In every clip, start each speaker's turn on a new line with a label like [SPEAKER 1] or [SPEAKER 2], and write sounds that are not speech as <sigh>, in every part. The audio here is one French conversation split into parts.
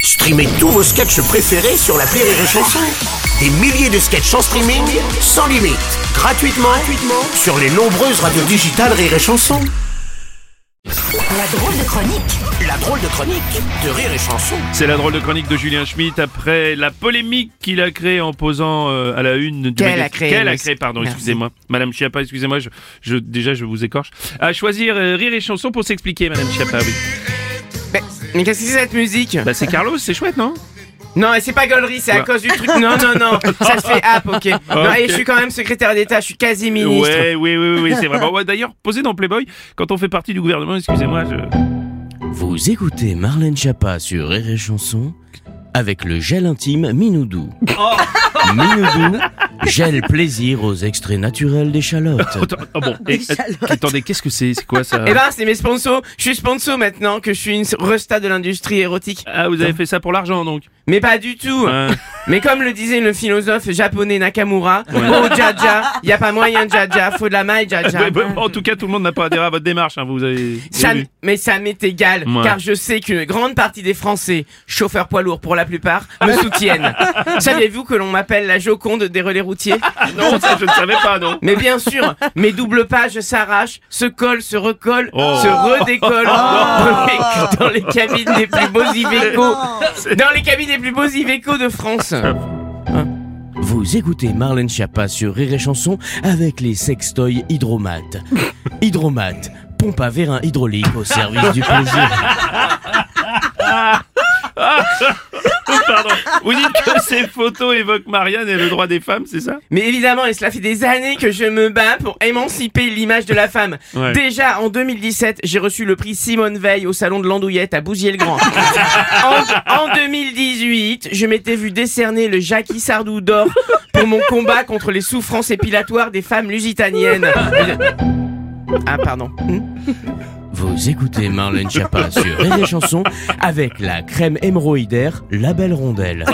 [SPEAKER 1] Streamez tous vos sketchs préférés sur la Rire et Chanson. Des milliers de sketchs en streaming, sans limite, gratuitement, gratuitement sur les nombreuses radios digitales Rire et Chanson.
[SPEAKER 2] La drôle de chronique
[SPEAKER 1] La drôle de chronique de Rire et Chanson.
[SPEAKER 3] C'est la drôle de chronique de Julien Schmitt après la polémique qu'il a créée en posant euh, à la une du
[SPEAKER 4] Qu'elle
[SPEAKER 3] magazine-
[SPEAKER 4] a créée,
[SPEAKER 3] Qu'elle a
[SPEAKER 4] oui.
[SPEAKER 3] créée, pardon,
[SPEAKER 4] Merci.
[SPEAKER 3] excusez-moi. Madame Chiappa, excusez-moi, je, je- déjà je vous écorche. À choisir euh, rire et chanson pour s'expliquer, Madame Chiappa,
[SPEAKER 4] <laughs>
[SPEAKER 3] oui.
[SPEAKER 4] Mais, mais qu'est-ce que c'est cette musique
[SPEAKER 3] Bah c'est Carlos, c'est chouette, non
[SPEAKER 4] Non, et c'est pas gaulerie, c'est à
[SPEAKER 3] Quoi
[SPEAKER 4] cause du truc. Non, non,
[SPEAKER 3] <laughs>
[SPEAKER 4] non, ça se fait app, ok. Non, et je suis quand même secrétaire d'État, je suis quasi ministre.
[SPEAKER 3] Ouais, oui, oui, oui, oui,
[SPEAKER 4] <laughs>
[SPEAKER 3] c'est vraiment. Ouais, D'ailleurs, posé dans Playboy, quand on fait partie du gouvernement, excusez-moi, je...
[SPEAKER 5] Vous écoutez Marlène Chapa sur Rire et Chanson avec le gel intime Minoudou. Minoudou, gel plaisir aux extraits naturels des chalotes.
[SPEAKER 3] Attends, ah
[SPEAKER 4] <laughs>
[SPEAKER 3] bon, et- attendez, qu'est-ce que c'est C'est quoi ça
[SPEAKER 4] Et ben, c'est mes sponsors. Je suis sponsor maintenant que je suis une resta de l'industrie érotique.
[SPEAKER 3] Ah, vous avez fait ça pour l'argent, donc Hein.
[SPEAKER 4] Mais pas du tout.
[SPEAKER 3] Ouais.
[SPEAKER 4] Mais comme le disait le philosophe japonais Nakamura, oh jaja, y a pas moyen jaja, faut de la maille jaja.
[SPEAKER 3] <laughs> Ouais, bah, En tout cas, tout le monde n'a pas adhéré à votre démarche, hein, vous avez...
[SPEAKER 4] Ça
[SPEAKER 3] vous
[SPEAKER 4] m-
[SPEAKER 3] avez-
[SPEAKER 4] mais ça m'est égal,
[SPEAKER 3] Ouais.
[SPEAKER 4] car je sais qu'une grande partie des Français, chauffeurs poids lourds pour la plupart, me
[SPEAKER 3] <laughs>
[SPEAKER 4] soutiennent. Savez-vous que l'on m'appelle la Joconde des relais routiers
[SPEAKER 3] Non, ça, je ne savais pas, non
[SPEAKER 4] Mais bien sûr, mes doubles pages s'arrachent, se collent, se recollent,
[SPEAKER 3] Oh.
[SPEAKER 4] se redécollent dans, les, dans les cabines des plus beaux Iveco, dans les cabines des plus beaux Iveco de France.
[SPEAKER 5] Vous écoutez Marlène Chapa sur Rire et Chanson avec les sextoys hydromates. Hydromates, pompe à vérin hydraulique au service du plaisir.
[SPEAKER 3] Pardon. Vous dites que ces photos évoquent Marianne et le droit des femmes, c'est ça
[SPEAKER 4] Mais évidemment, et cela fait des années que je me bats pour émanciper l'image de la femme.
[SPEAKER 3] Ouais.
[SPEAKER 4] Déjà en 2017, j'ai reçu le prix Simone Veil au salon de l'Andouillette à Bouziers-le-Grand. en, en 2018, je m'étais vu décerner le Jackie Sardou d'or pour mon combat contre les souffrances épilatoires des femmes lusitaniennes. Ah pardon.
[SPEAKER 5] Vous écoutez Marlène Chapa sur Rire et Chanson avec la crème hémorroïdaire La Belle Rondelle.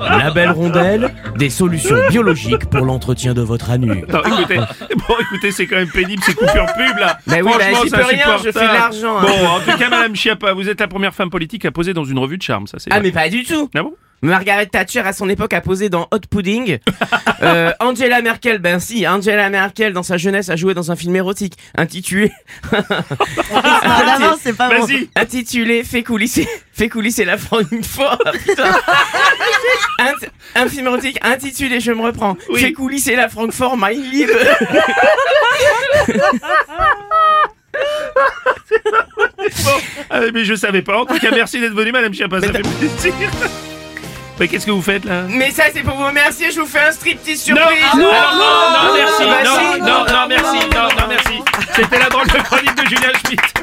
[SPEAKER 5] La Belle Rondelle, des solutions biologiques pour l'entretien de votre anus.
[SPEAKER 3] Attends,
[SPEAKER 4] Ah.
[SPEAKER 3] écoutez, bon, écoutez, c'est quand même pénible ces coupures pub là.
[SPEAKER 4] Mais oui, bah,
[SPEAKER 3] Franchement,
[SPEAKER 4] j'y
[SPEAKER 3] c'est
[SPEAKER 4] peux rien, je fais de
[SPEAKER 3] insupportable.
[SPEAKER 4] l'argent, hein.
[SPEAKER 3] Bon, en tout cas, Madame Chiappa, vous êtes la première femme politique à poser dans une revue de charme, ça c'est.
[SPEAKER 4] Ah
[SPEAKER 3] vrai.
[SPEAKER 4] mais pas du tout.
[SPEAKER 3] Ah bon
[SPEAKER 4] Margaret Thatcher à son époque a posé dans Hot Pudding.
[SPEAKER 3] <laughs>
[SPEAKER 4] Euh, Angela Merkel, ben si, Angela Merkel dans sa jeunesse a joué dans un film érotique intitulé
[SPEAKER 6] Normalement, c'est pas bon.
[SPEAKER 3] Vas-y.
[SPEAKER 4] <laughs> intitulé Fais coulisser, fais coulisser
[SPEAKER 3] <laughs>
[SPEAKER 4] la Francfort. un, un film érotique intitulé, je me reprends,
[SPEAKER 3] Oui.
[SPEAKER 4] Fais coulisser la Francfort, my liebe.
[SPEAKER 3] Ah, mais je savais pas. En tout cas, merci d'être venue, Madame Chiappa. Ça fait plaisir. Mais qu'est-ce que vous faites là
[SPEAKER 4] Mais ça c'est pour vous remercier, je vous fais un striptease
[SPEAKER 3] non,
[SPEAKER 4] surprise.
[SPEAKER 3] non, non, non, merci,
[SPEAKER 4] bah si,
[SPEAKER 3] non, non, non, merci, non, non, merci. C'était la drôle de chronique de Julien Schmitt.